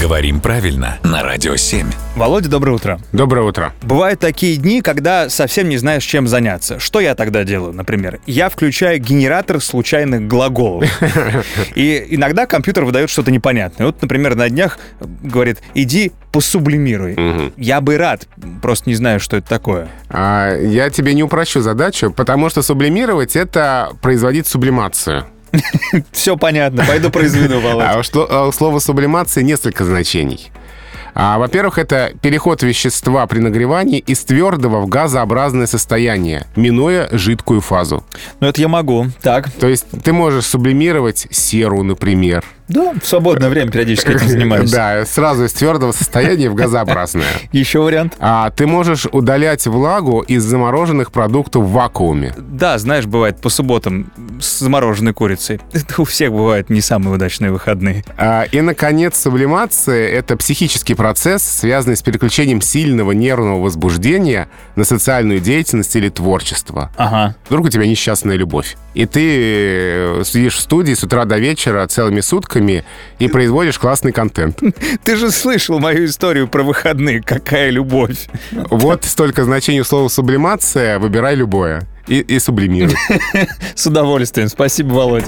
Говорим правильно на Радио 7. Володя, доброе утро. Доброе утро. Бывают такие дни, когда совсем не знаешь, чем заняться. Что я тогда делаю, например? Я включаю генератор случайных глаголов. И иногда компьютер выдает что-то непонятное. Вот, например, на днях э, говорит, иди посублимируй. Я бы рад, просто не знаю, что это такое. А, я тебе не упрощу задачу, потому что сублимировать — это производить сублимацию. Все понятно, пойду произведу, Володя. А у шло- а у слова сублимации несколько значений. А, во-первых, это переход вещества при нагревании из твердого в газообразное состояние, минуя жидкую фазу. Ну это я могу. Так, То есть ты можешь сублимировать серу, например. да, в свободное время периодически этим занимаюсь. Да, сразу из твердого состояния в газообразное. Еще вариант? А ты можешь удалять влагу из замороженных продуктов в вакууме. Да, знаешь, бывает по субботам с замороженной курицей. Это у всех бывают не самые удачные выходные. А, И, наконец, сублимация — это психический процесс, связанный с переключением сильного нервного возбуждения на социальную деятельность или творчество. Ага. Вдруг у тебя несчастная любовь. И ты э, сидишь в студии с утра до вечера целыми сутками и производишь классный контент. Ты же слышал мою историю про выходные. Какая любовь. Вот столько значений слова «сублимация». Выбирай любое. И, и сублимируй. С удовольствием. Спасибо, Володь.